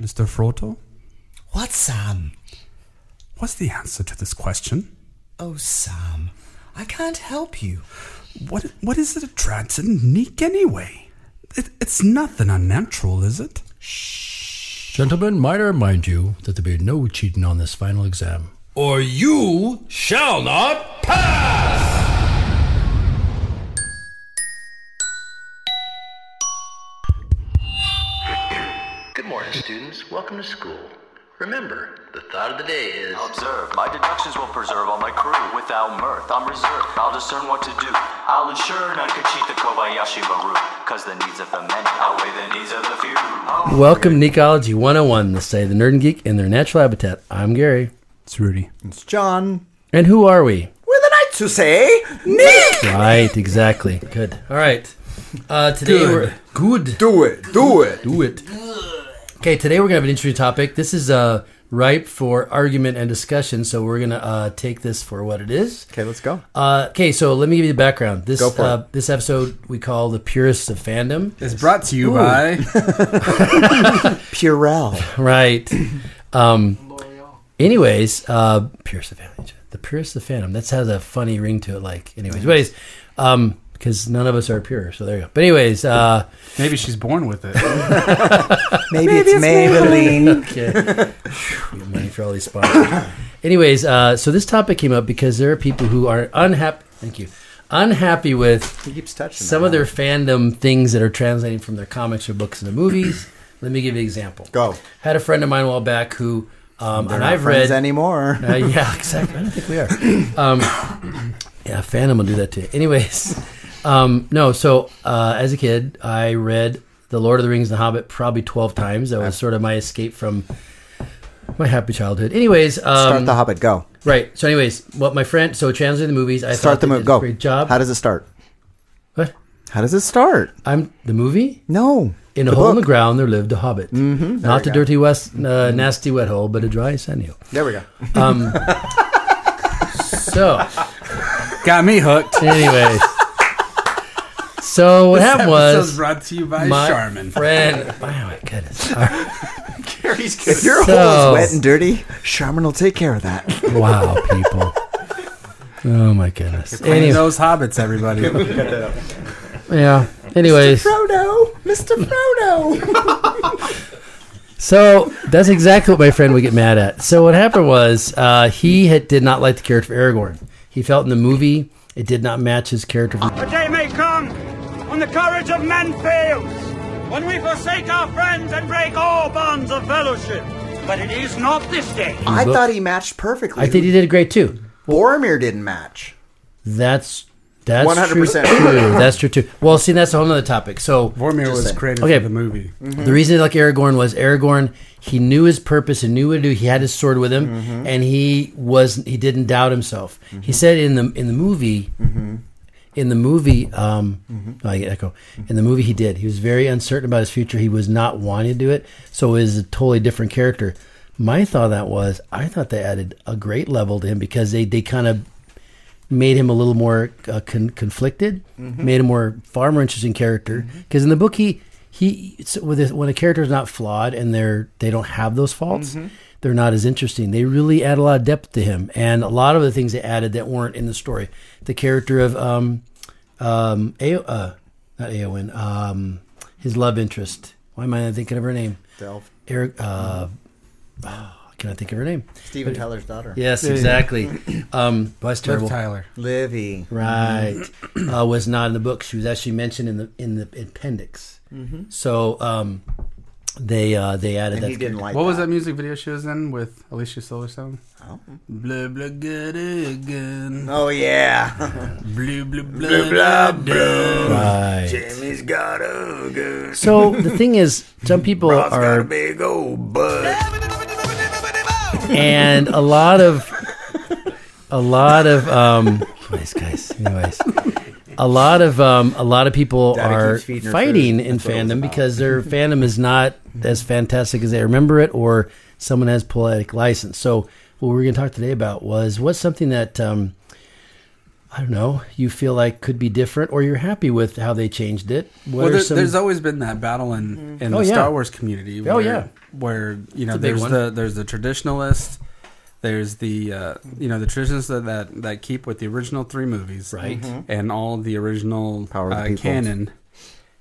Mr. Froto? What, Sam? What's the answer to this question? Oh, Sam, I can't help you. What what is it a trance and neek anyway? It, it's nothing unnatural, is it? Gentlemen, might I remind you that there will be no cheating on this final exam. Or you shall not pass! Good morning, students. Welcome to school. Remember, the thought of the day is Observe, my deductions will preserve all my crew. Without mirth, I'm reserved. I'll discern what to do. I'll ensure none can cheat the Kobayashi Maru. Cause the needs of the many outweigh the needs of the few. Oh. Welcome, Necology 101, the state of the nerd and geek in their natural habitat. I'm Gary. It's Rudy. It's John. And who are we? We're the knights who say, Nick! Right, exactly. Good. All right. Uh, today we're good. Do it, do it. Do it. Okay, today we're gonna have an interesting topic. This is uh, ripe for argument and discussion, so we're gonna uh, take this for what it is. Okay, let's go. Uh, okay, so let me give you the background. This Go for uh, this episode we call the purists of fandom. It's brought to you by Purell. Right. Um, anyways, uh, purists of fandom. The purists of fandom. That's has a funny ring to it. Like, anyways, anyways, um, because none of us are pure. So there you go. But anyways, uh, Maybe she's born with it. Maybe, it's, Maybelline. get money for all these sponsors. Anyways, uh, so this topic came up because there are people who are unhappy. Thank you. Unhappy with he keeps touching some that. of their fandom things that are translating from their comics or books into movies. Let me give you an example. Go. Had a friend of mine a while back who, um, and Not I've friends read anymore. uh, yeah, exactly. I don't think we are. Um, yeah, Phantom will do that too. Anyways, um, no. So uh, as a kid, I read The Lord of the Rings and The Hobbit probably twelve times. That was sort of my escape from my happy childhood. Anyways, um, Start the Hobbit. Go. right. So, anyways, what my friend? So translating the movies, I Start thought the they movie. did Go. A great job. How does it start? What? How does it start? I'm the movie. No. In a The hole in the book. ground, there lived a hobbit. Mm-hmm, Not the dirty west, Mm-hmm. uh, nasty wet hole, but a dry sandhill. There we go. So. Got me hooked. Anyways. So what This happened episode's was brought to you by my Charmin. friend. Oh my goodness! All right. If your So- hole is wet and dirty, Shaman will take care of that. Wow, people. Oh my goodness. Any of Anyway, those hobbits, everybody. Oh, yeah. Anyways, Frodo! Mr. Frodo! so that's exactly what my friend would get mad at. So what happened was uh, he had, did not like the character of Aragorn. He felt in the movie it did not match his character. From A day may come when the courage of men fails, when we forsake our friends and break all bonds of fellowship. But it is not this day. I thought he matched perfectly. I think he did great too. Boromir didn't match. That's that's 100% true. too. That's true too. Well, see, that's a whole other topic. So Vormir Just was saying. created Okay. for the movie. Mm-hmm. The reason he like Aragorn was Aragorn. He knew his purpose and knew what to do. He had his sword with him, and he was he didn't doubt himself. He said in the in the movie, in the movie, um, I get echo. In the movie, he did. He was very uncertain about his future. He was not wanting to do it, so it was a totally different character. My thought of that was, I thought they added a great level to him because they they kind of made him a little more uh, con- conflicted, made him more far more interesting character. Because in the book, he he it's- with his- when a character is not flawed and they're they don't have those faults, they're not as interesting. They really add a lot of depth to him, and a lot of the things they added that weren't in the story. The character of um um Ao uh, not Aowen um his love interest. Why am I not thinking of her name? Delph. Eric. Uh, can I think of her name? Steven Tyler's daughter. Yes, exactly. Um, well, that's terrible. Tyler. Livy. Right. uh, was not in the book. She was actually mentioned in the in the appendix. So um, they uh, they added Mm-hmm. And that. he didn't like What was that. that music video she was in with Alicia Silverstone? Blah blah good again. Oh, yeah. Blah blah blah blah. Right. Jimmy's got a good So the thing is, some people are, big old butt. and a lot of, a lot of um, nice guys. Anyways, a lot of um, a lot of people Daddy are keeps feeding her fighting food. in That's what it was fandom about. because their fandom is not as fantastic as they remember it, or someone has poetic license. So what we were going to talk today about was what's something that um, I don't know, you feel like could be different or you're happy with how they changed it? What Well, are there, some- there's always been that battle in, in Oh, the yeah. Star Wars community. Where, Oh, yeah. where you know It's a big there's one. the there's the traditionalist, there's the uh, you know the traditions that, that that keep with the original three movies, Right. Mhm. and all the original Power of the uh, People. canon.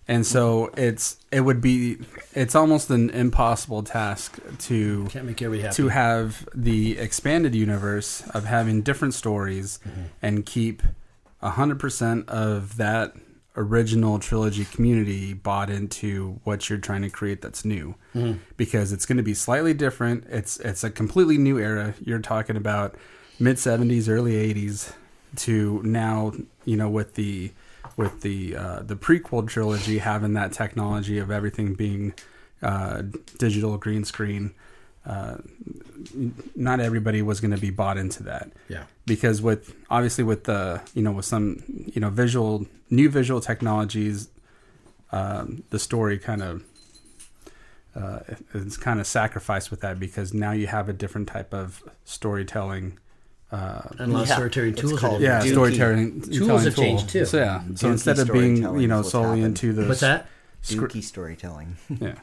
And so it's it would be it's almost an impossible task to Can't make everybody happy. to have the expanded universe of having different stories Mm-hmm. and keep 100% of that original trilogy community bought into what you're trying to create that's new Mm-hmm. because it's going to be slightly different it's it's a completely new era you're talking about mid 70s early 80s to now you know with the with the uh, the prequel trilogy having that technology of everything being uh, digital green screen uh, not everybody was going to be bought into that. Yeah. Because with obviously with the you know with some you know visual new visual technologies, um, the story kind of uh, it's kind of sacrificed with that because now you have a different type of storytelling. and less Yeah. authoritarian It's tools. called- are Yeah, Dookie. storytelling Tools telling have tool. changed, too. So yeah, so Dookie instead of being storytelling you know is what's solely happened. into the What's that? Scr- Dookie storytelling. yeah.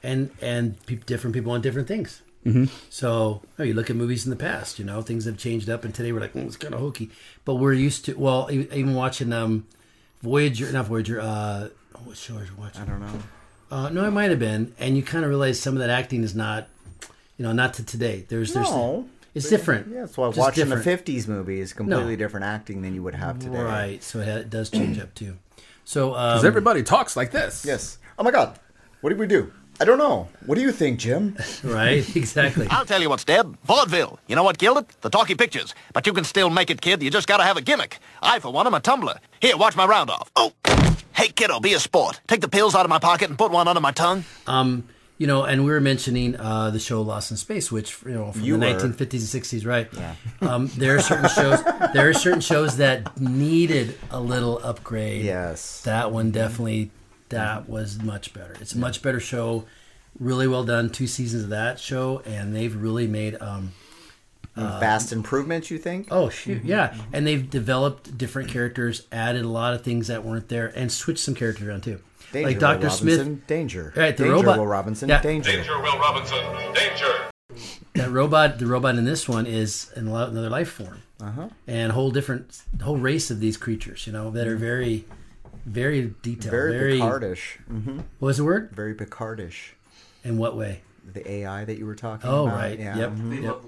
and and pe- different people want different things. Mm-hmm. So oh, you look at movies in the past, you know, things have changed up, and today we're like, mm, it's kind of hokey. But we're used to. Well, e- even watching um, Voyager, not Voyager. Uh, what show are you watching? I don't know. Uh, no, it might have been, and you kind of realize some of that acting is not, you know, not to today. There's there's No. it's different. Yeah, that's why Just watching different. the '50s movie is completely No. different acting than you would have today. right? So it, ha- it does change up too. So um, Because everybody talks like this. Yes. Oh my God. What did we do? I don't know. What do you think, Jim? right, exactly. I'll tell you what's dead. Vaudeville. You know what killed it? The talkie pictures. But you can still make it, kid. You just gotta have a gimmick. I, for one, am a tumbler. Here, watch my round off. Oh! Hey, kiddo, be a sport. Take the pills out of my pocket and put one under my tongue. you know, and we were mentioning uh, the show Lost in Space, which you know from You the were. 1950s and 60s, right? Yeah. Um, there are certain shows. There are certain shows that needed a little upgrade. Yes. That one definitely. That was much better. It's a much better show. Really well done. Two seasons of that show, and they've really made. Um, Uh, Fast improvements, you think? oh shoot, yeah, and they've developed different characters, added a lot of things that weren't there, and switched some characters around too. Danger, like Will Doctor Robinson, Smith, Danger. Right, the danger, robot. Will Robinson. Yeah. Danger. Will Robinson, danger! that robot the robot in this one is an, lo- another life form Uh-huh. and a whole different whole race of these creatures you know that are very very detailed Very, very, Picardish. Mm, what was the word Very Picardish. in what way The AI that you were talking oh about. right Yeah. yep, Mhm. yep.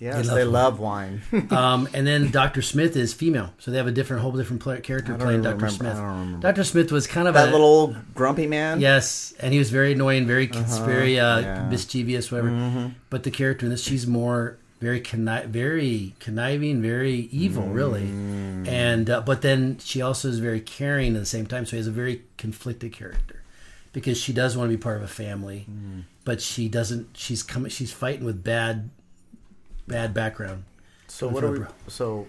Yes, They they love love, wine. Um, and then dr smith is female so they have a different whole different play, character don't playing even dr remember- smith I don't remember. dr smith was kind of that a little old grumpy man. yes and he was very annoying very cons- very uh, Uh-huh. yeah. Mm-hmm. mischievous whatever but the character in this she's more very conniv- very conniving very evil really Mm. and uh, but then she also is very caring at the same time so he has a very conflicted character because she does want to be part of a family Mm. but she doesn't she's coming she's fighting with bad bad background So what are we? So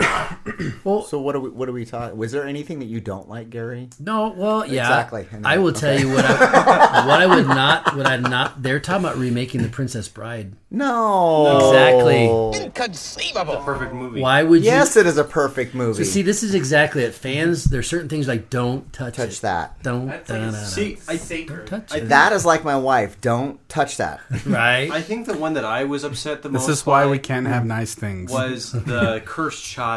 well so what are we? What are we talking? Was there anything that you don't like, Gary? No, well, yeah, Exactly. I know. I will tell you what I, what I would not, what I not. They're talking about remaking the Princess Bride. No. Exactly. Why would Yes, you? it is a perfect movie. So see, this is exactly it. Fans, there's certain things like don't touch, Touch it. that. Don't da-na-na. I think Don't touch it. that is like my wife. Don't touch that. right. I think the one that I was upset the This most is why by we can't have nice things. was the cursed child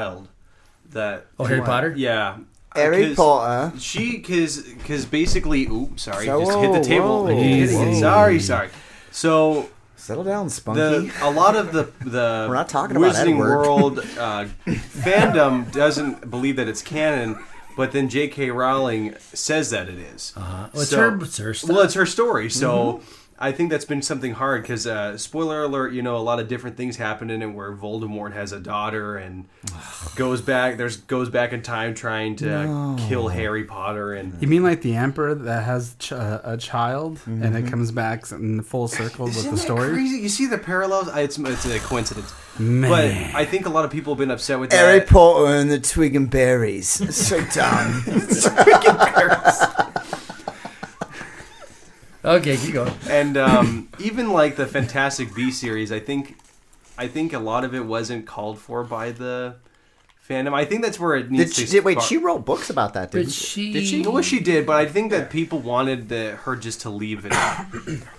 that oh, Harry Potter. yeah Harry 'Cause Potter. she cause cause basically oops sorry So- just hit the table whoa, Are you kidding me? whoa. sorry sorry so Settle down, Spunky. the a lot of the the We're not talking about Wizarding Edward. World uh, fandom doesn't believe that it's canon, but then J.K. Rowling says that it is. Uh-huh. Well, it's her- it's her stuff. well, it's her story. So I think that's been something hard because uh, spoiler alert, you know, a lot of different things happen in it where Voldemort has a daughter and goes back. There's goes back in time trying to kill Harry Potter and You mean like the emperor that has ch- uh, a child and Mm-hmm. it comes back in full circle with Isn't the that story? crazy? You see the parallels? I- It's, it's a coincidence. Man. But I think a lot of people have been upset with Harry that. Potter and the Twig and Berries. so dumb. Okay, keep going. and um, even like the Fantastic B series, I think, I think a lot of it wasn't called for by the fandom. I think that's where it Did needs she, to did- wait, spark- she wrote books about that, didn't Did she? Well, she did, but I think that people wanted the, her just to leave it.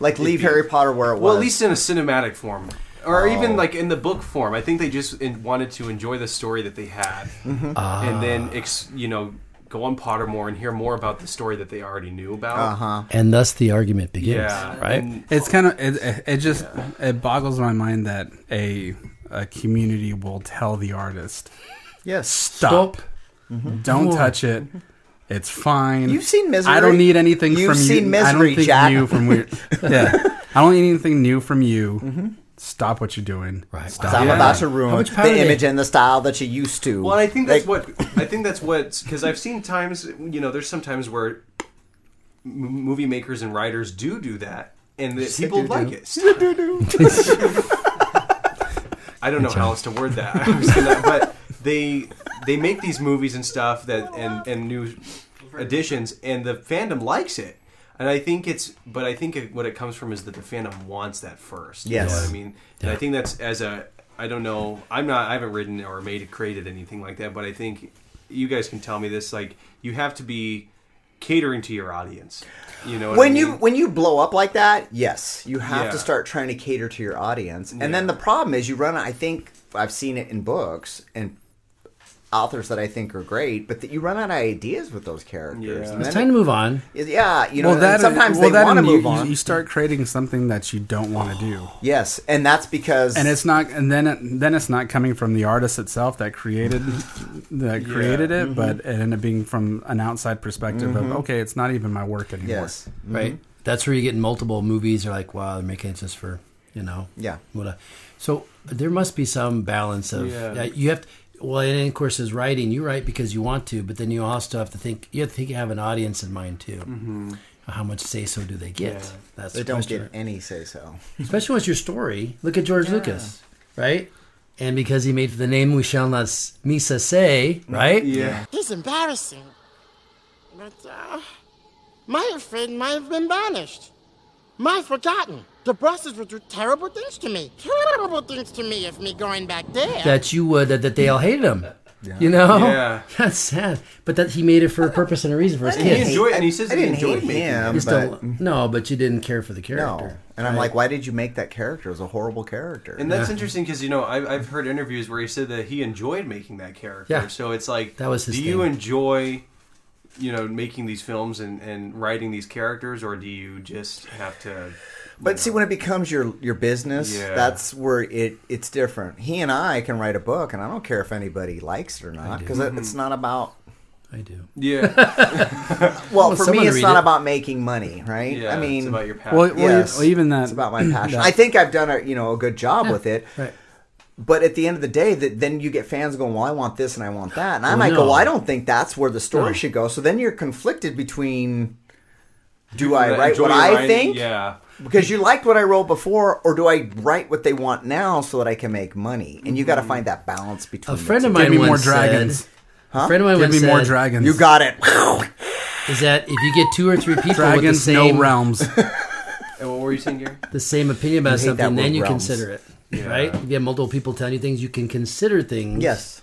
Like leave Harry Potter where it was. Well, at least in a cinematic form, or Oh. even like in the book form. I think they just in, wanted to enjoy the story that they had, Mhm. and then ex, you know go on Pottermore and hear more about the story that they already knew about. Uh-huh. And thus the argument begins, Yeah, right? and- It's kind of it. It just it boggles my mind that a a community will tell the artist, Yes. stop, Stop. Mhm. don't Come on." touch it. It's fine. You've seen Misery. I don't need anything You've from you. seen I don't Misery, think Jack. new from weird. yeah, I don't need anything new from you. Stop what you're doing. Right. Stop. Mm-hmm. I'm Yeah. about to ruin the image and the style that you used to. Well, I think that's what I think that's what because I've seen times you know there's some times where m- movie makers and writers do do that, and that said people do-do. like it. You said do-do. I don't know how else to word that, I was gonna- but they they make these movies and stuff that and and new additions, and the fandom likes it. And I think it's, but I think it, what it comes from is that the fandom wants that first. You know Yes. what I mean, and I think that's as a, I don't know, I'm not, I haven't written or made created anything like that, but I think you guys can tell me this. Like, you have to be catering to your audience. You know, what I when you mean? when you blow up like that, yes, you have Yeah. to start trying to cater to your audience. And then the problem is you run. I think I've seen it in books and authors that I think are great, but that you run out of ideas with those characters. And It's then time to move on. it- yeah, you know. and that- sometimes well, they that want to and you- move you- on. You start creating something that you don't want to do. yes, and that's because and it's not and then it, then it's not coming from the artist itself that created that Yeah. created it Mhm. but it ended up being from an outside perspective Mhm. of okay it's not even my work anymore Yes. Right. That's where you get in multiple movies. You're like, wow, they're making it just for, you know. Yeah. What a, so there must be some balance of, Yeah. that you have to, well, and then, of course, is writing. You write because you want to, but then you also have to think, you have to think you have an audience in mind too. Mm-hmm. How much say so do they get? Yeah. That's they the don't question. get any say so. Especially when it's your story. Look at George Yeah. Lucas, right? And because he made the name we shall not s- Misa say, right? Mm, Yeah. It's embarrassing. But uh, my faith might have been banished. My forgotten. The buses would do terrible things to me. Terrible things to me if me going back there. That you would that, that they all hated him. You know, Yeah. that's sad. But that he made it for a purpose and a reason for his I didn't kids. hate- He enjoyed- and he says I he didn't enjoyed hate making him, it. Just but- don't- no, but you didn't care for the character. No. And I'm right? like, why did you make that character? It was a horrible character. And that's interesting because you know I've, I've heard interviews where he said that he enjoyed making that character. Yeah. So it's like That was his Do you thing. enjoy, you know, making these films and and writing these characters, or do you just have to? But see, when it becomes your your business, Yeah. that's where it it's different. He and I can write a book, and I don't care if anybody likes it or not, do. because it, it's not about. I do. Yeah. well, Well, for me, someone it's read not it. about making money, right? Yeah, I mean, it's about your passion. Well, well, Yes, well, even that- it's about my passion. that- I think I've done a you know a good job Yeah, with it. Right. But at the end of the day, that then you get fans going, "Well, I want this and I want that," and I Well, might go, no. "Well, I don't think that's where the story No. should go." So then you're conflicted between, "Do People I that write enjoy what I writing- think?" Yeah. because you liked what I wrote before, or do I write what they want now so that I can make money? And you got to find that balance between A the friend of two. mine once said- Huh? A friend of mine Give once me more said- dragons. You got it. Is that if you get two or three people with the Dragons, no same realms. And what were you saying, Gary? the same opinion about You hate that something, then word you realms. consider it, Yeah. right? You get multiple people telling you things. You can consider things. Yes.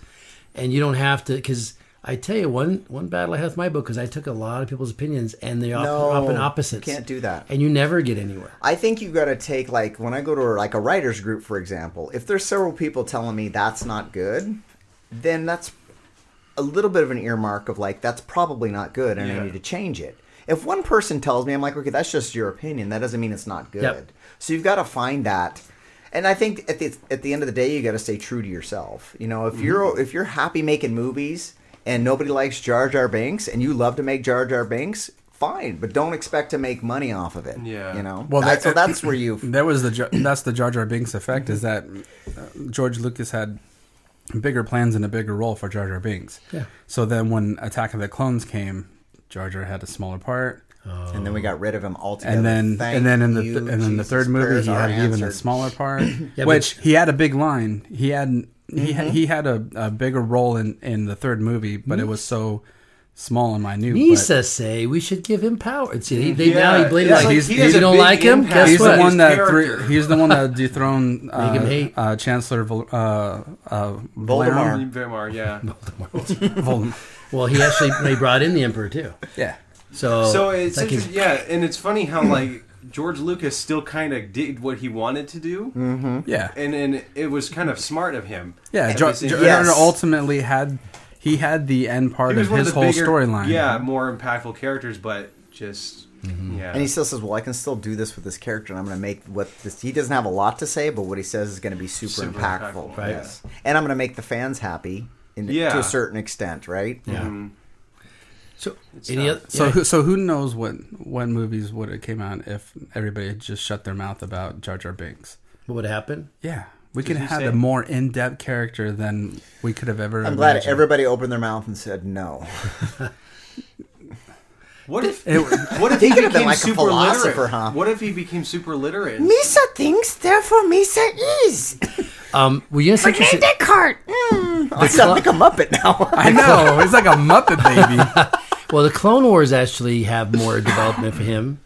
and you don't have to because I tell you one one battle I had with my book is I took a lot of people's opinions and they are No, up in opposites. you can't do that. and you never get anywhere. I think you got to take like when I go to like a writers group, for example. If there's several people telling me that's not good, then that's a little bit of an earmark of like that's probably not good, and I Yeah. need to change it. If one person tells me, I'm like, okay, that's just your opinion. That doesn't mean it's not good. Yep. So you've got to find that. And I think at the at the end of the day, you got to stay true to yourself. You know, if Mm-hmm. you're if you're happy making movies and nobody likes Jar Jar Binks and you love to make Jar Jar Binks, fine. But don't expect to make money off of it. Yeah. you know. Well, That- that, so that's where you. That was the Jar- that's the Jar Jar Binks effect. Is that uh, George Lucas had bigger plans and a bigger role for Jar Jar Binks. Yeah. So then when Attack of the Clones came, Jar Jar had a smaller part. And then we got rid of him altogether. And then Thank and then in the you, th- and then the Jesus. third movie Prayers he are had even a answered. smaller part, but- which he had a big line. He had he had, Mhm. he had a, a bigger role in in the third movie, but it Mhm. was so small and minute. Misa say we should give him power. See, they, they now he blamed Yeah, like, he's- you he's a don't big like him. impact. Guess he's what? the one that thre- he's the one that dethroned uh, him hate. uh, Chancellor Vol- uh, uh, Valerum. Voldemort. Voldemort, yeah. Voldemort. well, he actually they brought in the emperor too. Yeah. So Oh, so it's like he's- inter- yeah, and it's funny how like George Lucas still kind of did what he wanted to do. Mm-hmm. Yeah. and and it was kind of smart of him. Yeah, At Jar- the same Jar time. Jar Jar ultimately had he had the end part He was of one his the whole bigger- storyline. Yeah, more impactful characters, but just yeah. Mm-hmm. And he still says, "Well, I can still do this with this character, and I'm going to make what this." He doesn't have a lot to say, but what he says is going to be super, Super impactful. impactful, Right. Yes, and I'm going to make the fans happy in, to Yeah. a certain extent, right? Yeah. So So, any other, so yeah. who so who knows what what movies would have came out if everybody had just shut their mouth about Jar Jar Binks? what would happen? Yeah, we could he have had say- a more in depth character than we could have ever. I'm glad imagined. everybody opened their mouth and said no. What if It- what if He he, could've been became like a super philosopher, literate? huh? What if he became super literate? Misa thinks, therefore Misa is. Um, well, you know, it's interesting. Descartes. I sound like a Muppet now. I know it's like a Muppet baby. Well, the Clone Wars actually have more development for him,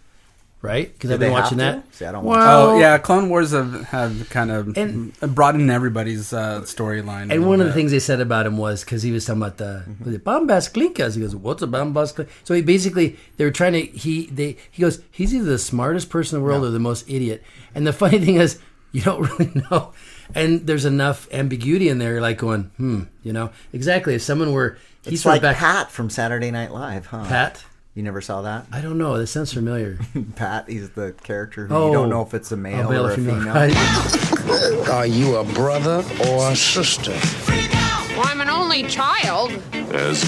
right? Because I've they been have watching to? that. See, I don't watch well, Oh yeah, Clone Wars have, have kind of And- broadened everybody's uh, storyline. a And little one of the bit. things they said about him was because he was talking about the Mm-hmm. was it bombast klinkas. He goes, "What's a bombast klinka?" So he basically they were trying to he they he goes, "He's either the smartest person in the world or the most idiot." And the funny thing is, you don't really know. And there's enough ambiguity in there. You're like going, "Hmm," you know exactly. If someone were he's It's sort like of back Pat from Saturday Night Live, huh? Pat. You never saw that? I don't know. That sounds familiar. Pat, he's the character who Oh, you don't know if it's a male, Oh, male or or a female. female. Right. Are you a brother or a sister? Well, I'm an only child. As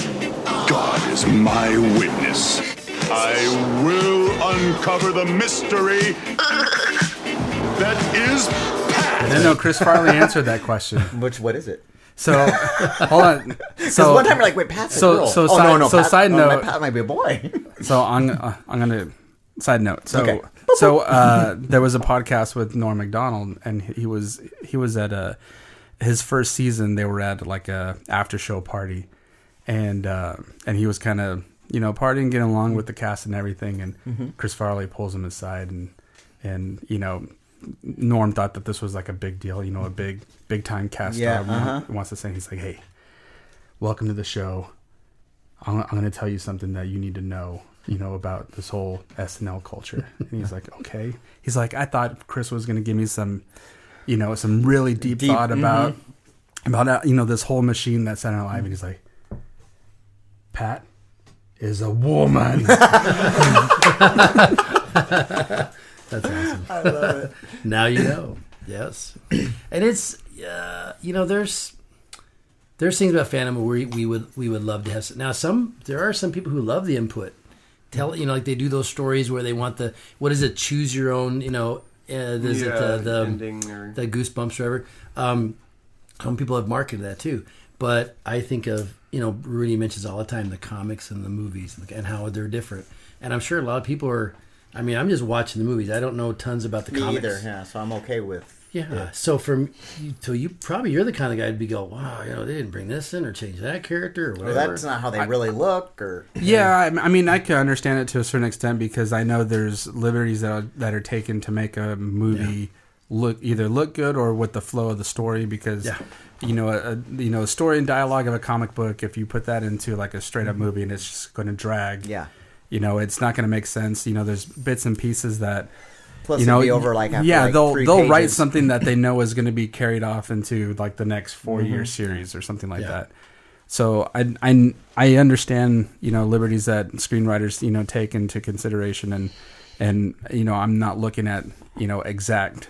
God is my witness, I will uncover the mystery that is Pat. No, no, Chris Farley answered that question. Which, what is it? So hold on. Because So one time you're like, wait, Pat's a so- girl. so oh, side- no, no, so Pat, side no, no, note- Pat might be a boy. So I'm uh, I'm gonna side note. So Okay. so uh, there was a podcast with Norm Macdonald, and he was he was at a his first season. They were at like a after show party, and uh, and he was kind of you know partying, getting along with the cast and everything. And Mm-hmm. Chris Farley pulls him aside, and and you know Norm thought that this was like a big deal, you know, a big big time cast Yeah, star uh-huh. wants to say. He's like, hey, welcome to the show. I'm, I'm going to tell you something that you need to know, you know, about this whole SNL culture. And he's like, okay. He's like, I thought Chris was going to give me some, you know, some really deep, Deep, thought about, about, uh, you know, this whole machine that's SNL Live. And he's like, Pat is a woman. Now you know. yes. And it's uh, you know there's there's things about Phantom where we would we would love to have some, now some there are some people who love the input. Tell you know like they do those stories where they want the what is it choose your own you know uh, is it the the, ending or- the goosebumps or whatever. Um, some people have marketed that too. But I think of you know Rudy mentions all the time the comics and the movies and- and how they're different. And I'm sure a lot of people are. I mean, I'm just watching the movies. I don't know tons about the Me comics. either, yeah, so I'm okay with. Yeah. So from you- so you probably you're the kind of guy to be go, wow, you know, they didn't bring this in or change that character or Well, whatever. that's not how they really look, or Yeah, I, I mean, I can understand it to a certain extent because I know there's liberties that are, that are taken to make a movie look either look good or with the flow of the story. Because Yeah. you know, a, a- you know, a story and dialogue of a comic book. If you put that into like a straight up movie, and it's just going to drag. Yeah. you know, it's not going to make sense. You know, there's bits and pieces that plus you know, it'd be over like after yeah, like, they'll three they'll write pages. something that they know is going to be carried off into like the next 4 Mm-hmm. year series or something like Yeah. that. So I, I I understand you know liberties that screenwriters you know take into consideration and and you know I'm not looking at you know exact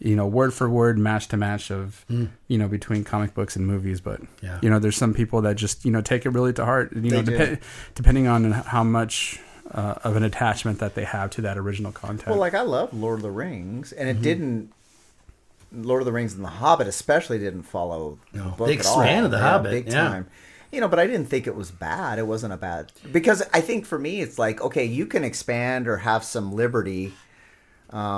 you know word for word match to match of Mm. you know between comic books and movies but Yeah. you know there's some people that just you know take it really to heart you know They do. depe- depending on how much uh, of an attachment that they have to that original content Well, like I love Lord of the Rings, and it didn't. Lord of the Rings and The Hobbit, especially, didn't follow the No. book They at all. expanded The Hobbit, big yeah. time. You know, but I didn't think it was bad. It wasn't a bad because I think for me, it's like okay, you can expand or have some liberty, um,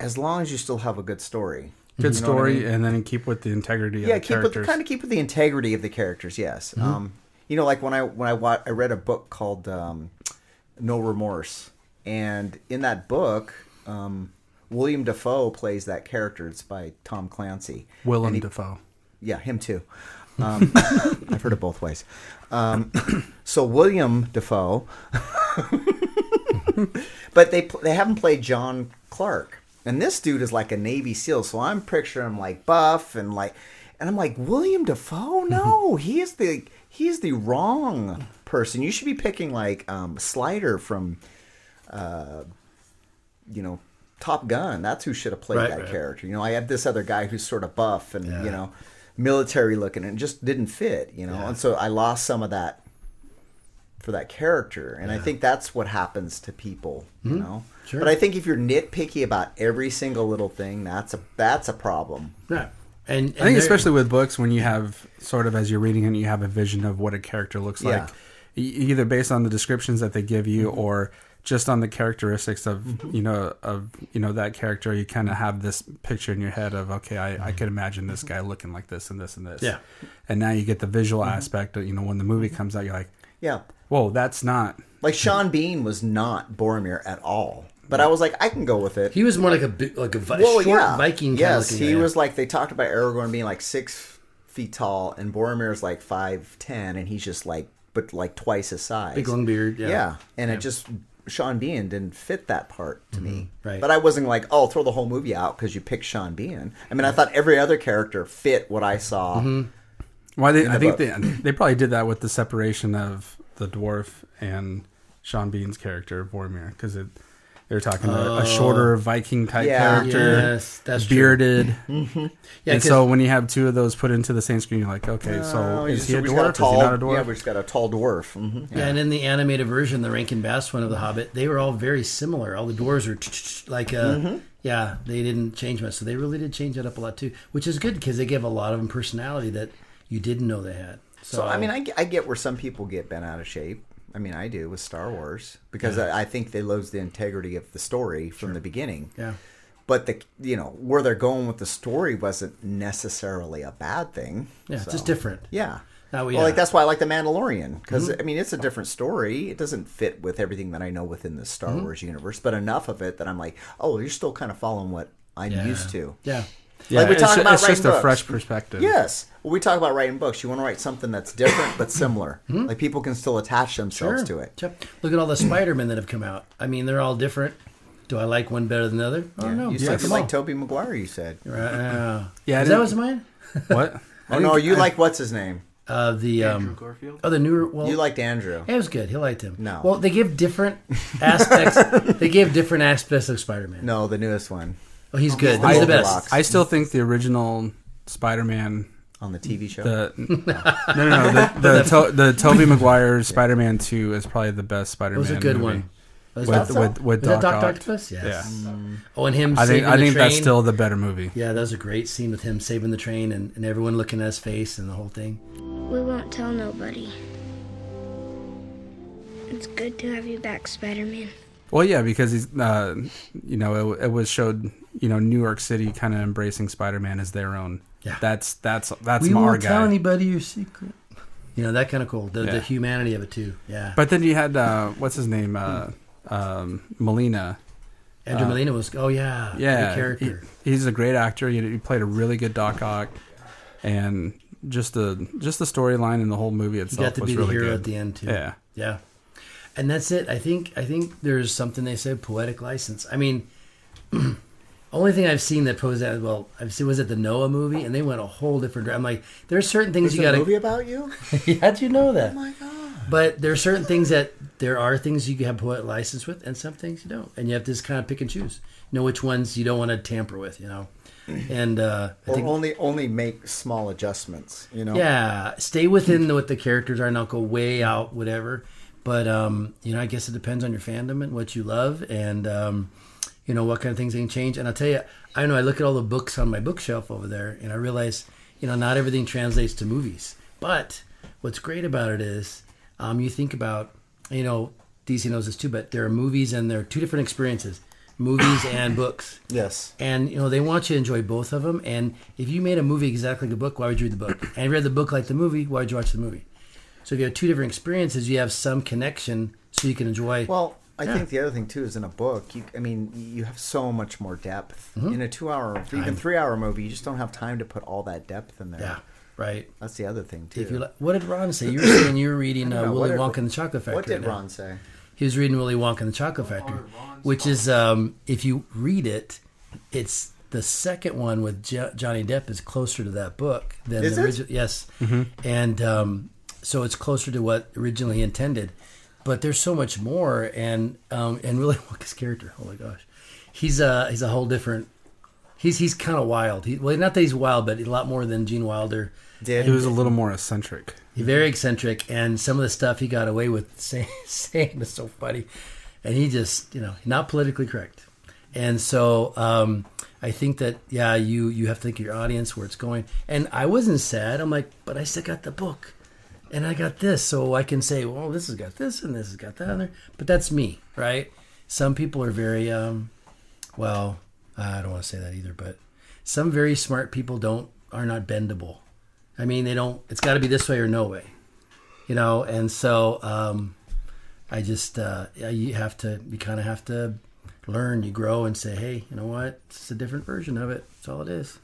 as long as you still have a good story. good You know what I story mean? and then keep with the integrity yeah, of keep with, the characters Mm-hmm. kind of keep with the integrity of the characters. Yes. Um, you know, like when I when I wa- I read a book called um, No Remorse, and in that book, um, William Defoe plays that character. It's by Tom Clancy. Willem And he- Dafoe. Yeah, him too. Um, I've heard it both ways. Um, so William Defoe, but they pl- they haven't played John Clark, and this dude is like a Navy SEAL. So I'm picturing him like buff and like, and I'm like William Defoe. No, he is the he is the wrong person. You should be picking like um, Slider from, uh, you know. Top Gun. That's who should have played Right, that right. character. You know, I had this other guy who's sort of buff and you know, military looking, and it just didn't fit. You know, and so I lost some of that for that character. And I think that's what happens to people, you Mhm. know. Sure. But I think if you're nitpicky about every single little thing, that's a that's a problem. Right. And, I think especially with books, when you have sort of as you're reading it, you have a vision of what a character looks Yeah. like, e- either based on the descriptions that they give you or just on the characteristics of Mm-hmm. Mhm. you know of you know that character. You kind of have this picture in your head of okay, I, I could imagine this guy looking like this and this and this. Mm-hmm. Yeah. Mm-hmm. and now you get the visual Mhm. aspect. Of, you know, when the movie comes out, you're like, Yeah. whoa, that's not like Sean Bean was not Boromir at all. But I was like, I can go with it. He was more like a bi- like a vi- Well, short yeah. Viking. kinda Yes, looking he guy. was like they talked about Aragorn being like six feet tall, and Boromir's like five ten, and he's just like but like twice his size, Big long beard, yeah. and Yeah. Mm-hmm. it just Sean Bean didn't fit that part to me. Right. But I wasn't like, oh, throw the whole movie out because you picked Sean Bean. I mean, I thought every other character fit what I saw. Mm-hmm. Mhm. Why they? in I the think book. they they probably did that with the separation of the dwarf and Sean Bean's character Boromir because it they were talking about a Oh. shorter Viking type Yeah. character, Yes, that's true. bearded. Mhm. Yeah, Yeah, and so 'cause- when you have two of those put into the same screen, you're like, okay, so Oh, is just- he a we just got dwarf? tall, is he not a dwarf? Yeah, we just got a tall dwarf. hmm Yeah. and in the animated version, the Rankin Bass one of The Hobbit, they were all very similar. All the dwarves were tch, tch, tch, like, uh, Mhm. yeah, they didn't change much. So they really did change that up a lot too, which is good because they give a lot of them personality that you didn't know they had. So, I Um, mean, I, I get where some people get bent out of shape. I mean, I do with Star Wars because Yeah. I, I think they lose the integrity of the story from the beginning. Yeah. But the you know where they're going with the story wasn't necessarily a bad thing. Yeah, it's just different. Yeah. Now, uh, well, yeah. like that's why I like the Mandalorian because Mhm. I mean it's a different story. It doesn't fit with everything that I know within the Star Mhm. Wars universe, but enough of it that I'm like, oh, you're still kind of following what I'm Yeah. used to. Yeah. Yeah, like we it's talk ju- about it's writing just a books. fresh perspective. Yes, When we talk about writing books. You want to write something that's different but similar. Like people can still attach themselves Hmm? Sure. to it. Yep. Look at all the Spider Men that have come out. I mean, they're all different. Do I like one better than the other? I Yeah, don't know. You I said like you them like all. Toby Maguire. You said. Right, yeah. I Is that didn't- was mine? What? Oh no, you like what's his name? Uh, the um, Oh, the newer. Well, you liked Andrew. It was good. He liked him. No. Well, they give different aspects. they give different aspects of Spider-Man. No, the newest one. Oh, he's good. He's the best. I still think the original Spider-Man on the TV show. The, no, no, no. The the, to, the Tobey Maguire Spider-Man Two is probably the best Spider-Man. was a good movie. one. Was With that with, so? with, Was Doc, that Dr. Ock. Octopus? Yes. Yeah. Oh, and him I think saving I the think that's train. still the better movie. Yeah, that was a great scene with him saving the train and, and everyone looking at his face and the whole thing. We won't tell nobody. It's good to have you back, Spider Man. Well, yeah, because he's, uh, you know, it, w- it was showed, you know, New York City kind of embracing Spider-Man as their own. Yeah. That's that's that's we our won't tell guy. anybody your secret. You know that kind of cool. The, Yeah. the humanity of it too. Yeah. But then you had uh, what's his name, uh, um, Molina. Andrew Uh, Molina was. Oh yeah. yeah, Great character. he- he's a great actor. He, he played a really good Doc Ock, and just the just the storyline and the whole movie He itself got to was be the really hero good. at the end too. Yeah, Yeah. And that's it. I think I think there's something they said poetic license. I mean, only thing I've seen that posed that well, I've seen was at the Noah movie, and they went a whole different. dra- I'm like, there's certain There's things you a got to movie about you. How'd you know that? Oh my god. But there are certain things that there are things you have poet license with, and some things you don't, and you have to just kind of pick and choose. Know which ones you don't want to tamper with, you know. And uh, I Or think only only make small adjustments. You know. yeah, stay within the, what the characters are, and not go way out, whatever. But um, you know, I guess it depends on your fandom and what you love, and um, you know what kind of things they can change. And I'll tell you, I know I look at all the books on my bookshelf over there, and I realize, you know, not everything translates to movies. But what's great about it is, um, you think about, you know, DC knows this too, but there are movies and there are two different experiences: movies and books. Yes. And you know they want you to enjoy both of them. And if you made a movie exactly like the book, why would you read the book? And if you read the book like the movie, why would you watch the movie? So if you have two different experiences, you have some connection, so you can enjoy. Well, I Yeah. think the other thing too is in a book. You, I mean, you have so much more depth Mhm. in a two-hour, Time. even three-hour movie. You just don't have time to put all that depth in there. Yeah, right. That's the other thing too. If you li- what did Ron say? You were saying you were reading I don't uh, know, Willy what Wonka did- and the Chocolate Factory. what did now. Ron say? He was reading Willy Wonka and the Chocolate Factory, which is um, if you read it, it's the second one with jo- Johnny Depp is closer to that book than Is the it? original. Yes, Mhm. and um, so it's closer to what originally intended. But there's so much more, and um, and Willy Wonka's character. Oh my gosh, he's a he's a whole different. He's he's kind of wild. He, well, not that he's wild, but a lot more than Gene Wilder. Did- He was a little more eccentric. Very eccentric, and some of the stuff he got away with saying, saying is so funny. And he just, you know, not politically correct. And so um, I think that yeah, you you have to think of your audience where it's going. And I wasn't sad. I'm like, but I still got the book, and I got this, so I can say, well, this has got this, and this has got that, and there. But that's me, right? Some people are very um, well. I don't want to say that either, but some very smart people don't are not bendable. I mean, they don't. It's got to be this way or no way, you know. And so, um, I just uh, yeah, you have to. You kind of have to learn. You grow and say, hey, you know what? It's a different version of it. That's all it is.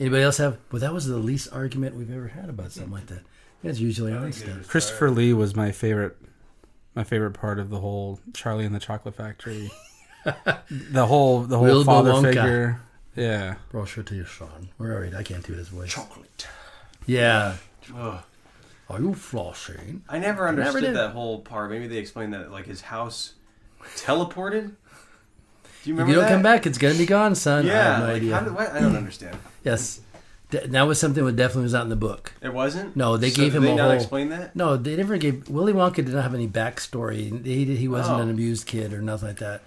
Anybody else have? Well, that was the least argument we've ever had about something like that. That's usually on stuff. Christopher Lee was my favorite. My favorite part of the whole Charlie and the Chocolate Factory. the whole the whole Wilbur father Wonka. figure. Yeah. Brochure to your Sean. Where are we? I can't do his voice. Chocolate. Yeah. Ugh. Are you flossing? I never understood did. that whole part. Maybe they explained that like his house teleported. Do you If remember you don't that? come back, it's gonna be gone, son. I Yeah, have no like, idea. how did- what? I don't understand. yes, Th- that was something that definitely was not in the book. It wasn't? No, they So gave did him they a not whole. explain that? No, they never gave. Willy Wonka did not have any backstory. He he wasn't Oh. an abused kid or nothing like that.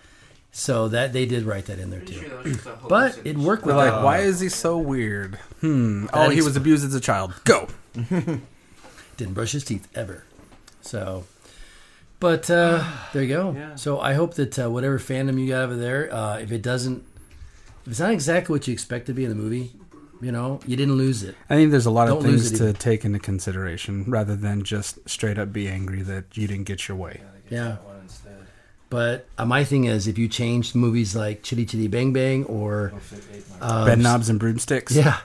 So that they did write that in there too. sure that was just a but it worked They're with like, that. why is he so weird? Hmm. Uh, That Oh, he exp- was abused as a child. Go. Didn't brush his teeth ever. So, but uh, there you go. So I hope that uh, whatever fandom you got over there, uh, if it doesn't, if it's not exactly what you expect to be in the movie, you know, you didn't lose it. I think there's a lot of Don't lose things it to take into consideration rather than just straight up be angry that you didn't get your way. Yeah. But uh, my thing is, if you changed movies like Chitty Chitty Bang Bang Oh. or um, Bed knobs and broomsticks. yeah,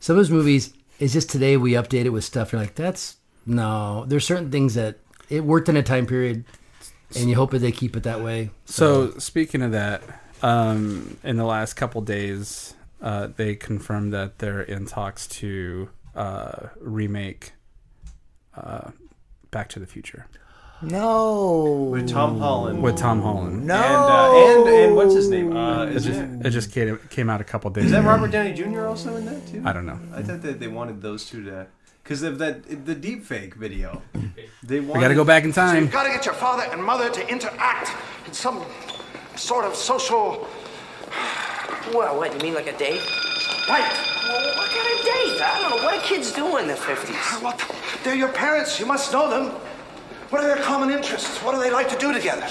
some of those movies it's just today we update it with stuff. You're like, that's no. There's certain things that it worked in a time period, and you hope that they keep it that way. So speaking of that, um, in the last couple days, uh, they confirmed that they're in talks to uh, remake uh, Back to the Future No. With Tom Holland. with Tom Holland. No. And, uh, and, and what's his name? Uh, it is just it, it just came, came out a couple days. is that ago. Robert Downey Jr. also in that too? I don't know. I thought that they wanted those two to because of that the deep fake video. They wanted, We got to go back in So time. you've got to get your father and mother to interact in some sort of social. Well, what, you mean like a date? Right. Well, what kind of date? I don't know. What do kids do in the 50s? What? the- They're your parents. You must know them. What are their common interests? What do they like to do together?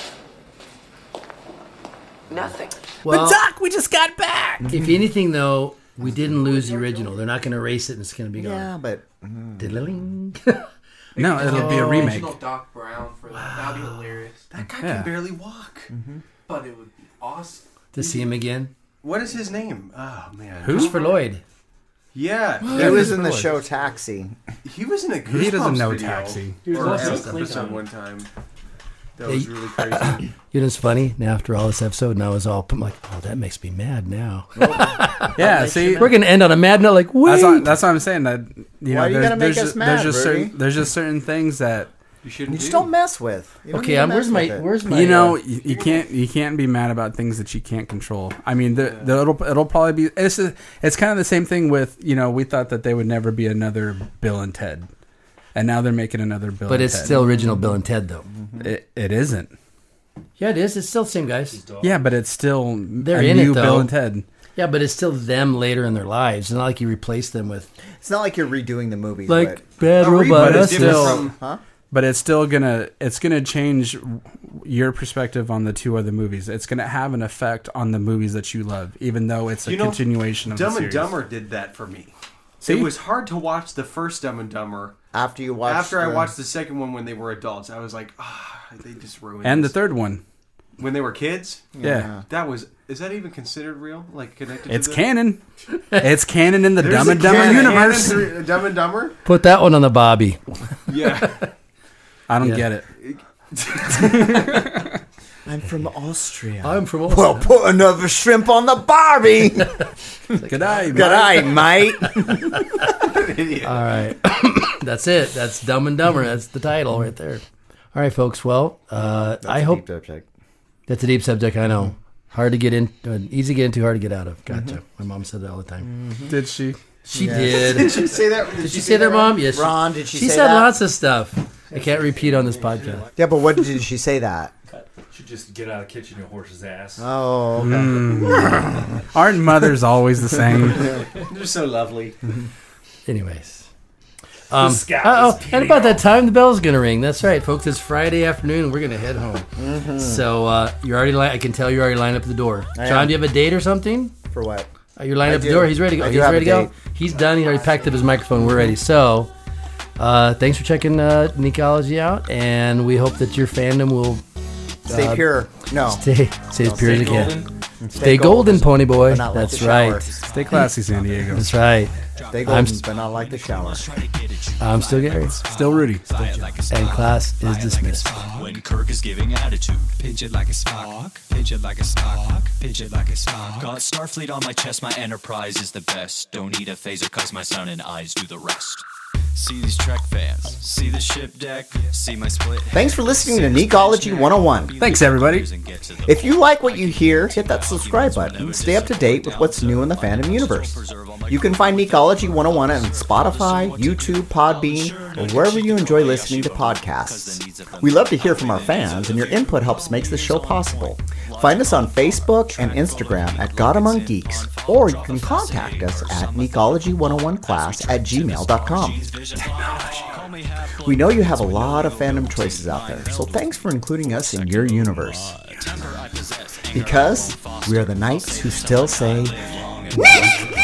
Nothing. Well- Doc, we just got back! if anything, though, we didn't lose the original. They're not going to erase it, and it's going to be gone. Yeah, but Diddling. No, it'll be a remake. Original Doc Brown for that. That'd be hilarious. That guy can Yeah. barely walk. Mm-hmm. But it would be awesome. to see him again. What is his name? Oh man, Christopher Lloyd. Yeah, He was in the show Taxi. He was in a Goosebumps He doesn't know video. Taxi. He was Or in a Elf. Goosebumps episode one time. Yeah, That was you- really crazy. You know, it's funny. Now, after all this episode, now it's all. I'm like, oh, that makes me mad now. Yeah, see, we're gonna end on a mad note. Like, wait, That's what, that's what I'm saying. That you know, Why you there's, gotta make there's, us just- mad, there's just Rudy? certain there's just certain things that you You shouldn't. just don't mess with. You don't Okay, need to um, where's mess my- uh, with it. where's you know you, you can't you can't be mad about things that you can't control i mean the, the, it'll, it'll probably be it's, a- it's kind of the same thing with you know we thought that they would never be another bill and ted and now they're making another bill But and it's Ted. still original Bill and Ted, though. it, it isn't Yeah, it is. It's still the same guys. yeah but it's still They're a in new it though. bill and ted Yeah, but it's still them later in their lives. It's not like you replace them with It's not like you're redoing the movie. Like but- Bad A Robot, but it's that's different still from- Huh? but it's still gonna it's gonna change w- your perspective on the two other movies it's gonna have an effect on the movies that you love even though it's a You know, continuation of Dumb the and series. Dumber did that for me. See? It was hard to watch the first Dumb and Dumber after you watched. After I the- watched the second one when they were adults, I was like, ah, they just ruined. and the this." third one. when they were kids. Yeah. that was. Is that even considered real? Like connected? It's to the- canon. It's canon in the There's Dumb a and Dumber canon- universe. canon through- Dumb and Dumber. Put that one on the Bobby. Yeah. I don't Yeah. get it. I'm from Austria. I'm from Well, put another shrimp on the Barbie. Good eye, Good eye, mate. All right. That's it. That's Dumb and Dumber. That's the title right there. All right, folks. Well, uh, I hope that's a deep subject. I know. Hard to get in, uh, easy to get into, hard to get out of. Gotcha. My mom said that all the time. Did she? She Mm-hmm. Yeah. did. Did she say that? Did, she, say that, mom? Yes. she- Ron, did she She say said that? lots of stuff. I can't repeat on this podcast. Yeah, but what did she say that? Should just get out of the kitchen, your horse's ass. Oh, okay. Mm. Aren't mothers always the same? They're so lovely. Anyways. Um, The scout oh, is and about that time, the bell's gonna ring. That's right, folks. It's Friday afternoon. We're gonna head home. So uh, you're already. Li- I can tell you're already lined up at the door. Mm-hmm. I John, am. do you have a date or something? For what? Oh, you're lined I up at do. the door. He's ready to go. I do He's have ready to a go. date. He's done. He already packed up his microphone. We're ready. So, uh, thanks for checking uh, Nicology out, and we hope that your fandom will Stay uh, pure. No. stay stay as No, pure stay as you golden. can. Stay Stay golden, golden, pony boy. but not like That's the right. shower. Stay classy, San Diego. That's right. Stay I'm golden, but not like the shower. I'm still Gary. Still Rudy. And class is dismissed. When Kirk is giving attitude, pinch it like a Spock, pinch it like a Spock, pinch it like a Spock. Got Starfleet on my chest, my enterprise is the best. Don't need a phaser, cause my sound and eyes do the rest. See these Trek fans, see the ship deck, see my split. Thanks for listening to oh Necology 101. Thanks, everybody. If you like what you hear, hit that subscribe button and stay up to date with what's new in the fandom universe. You can find Necology 101 on Spotify, YouTube, Podbean, or wherever you enjoy listening to podcasts. We love to hear from our fans, and your input helps make this show possible. Find us on Facebook and Instagram at God Among Geeks, or you can contact us at necology101class at gmail.com. We know you have a lot of fandom choices out there, so thanks for including us in your universe. Because we are the knights who still say, "Nick!"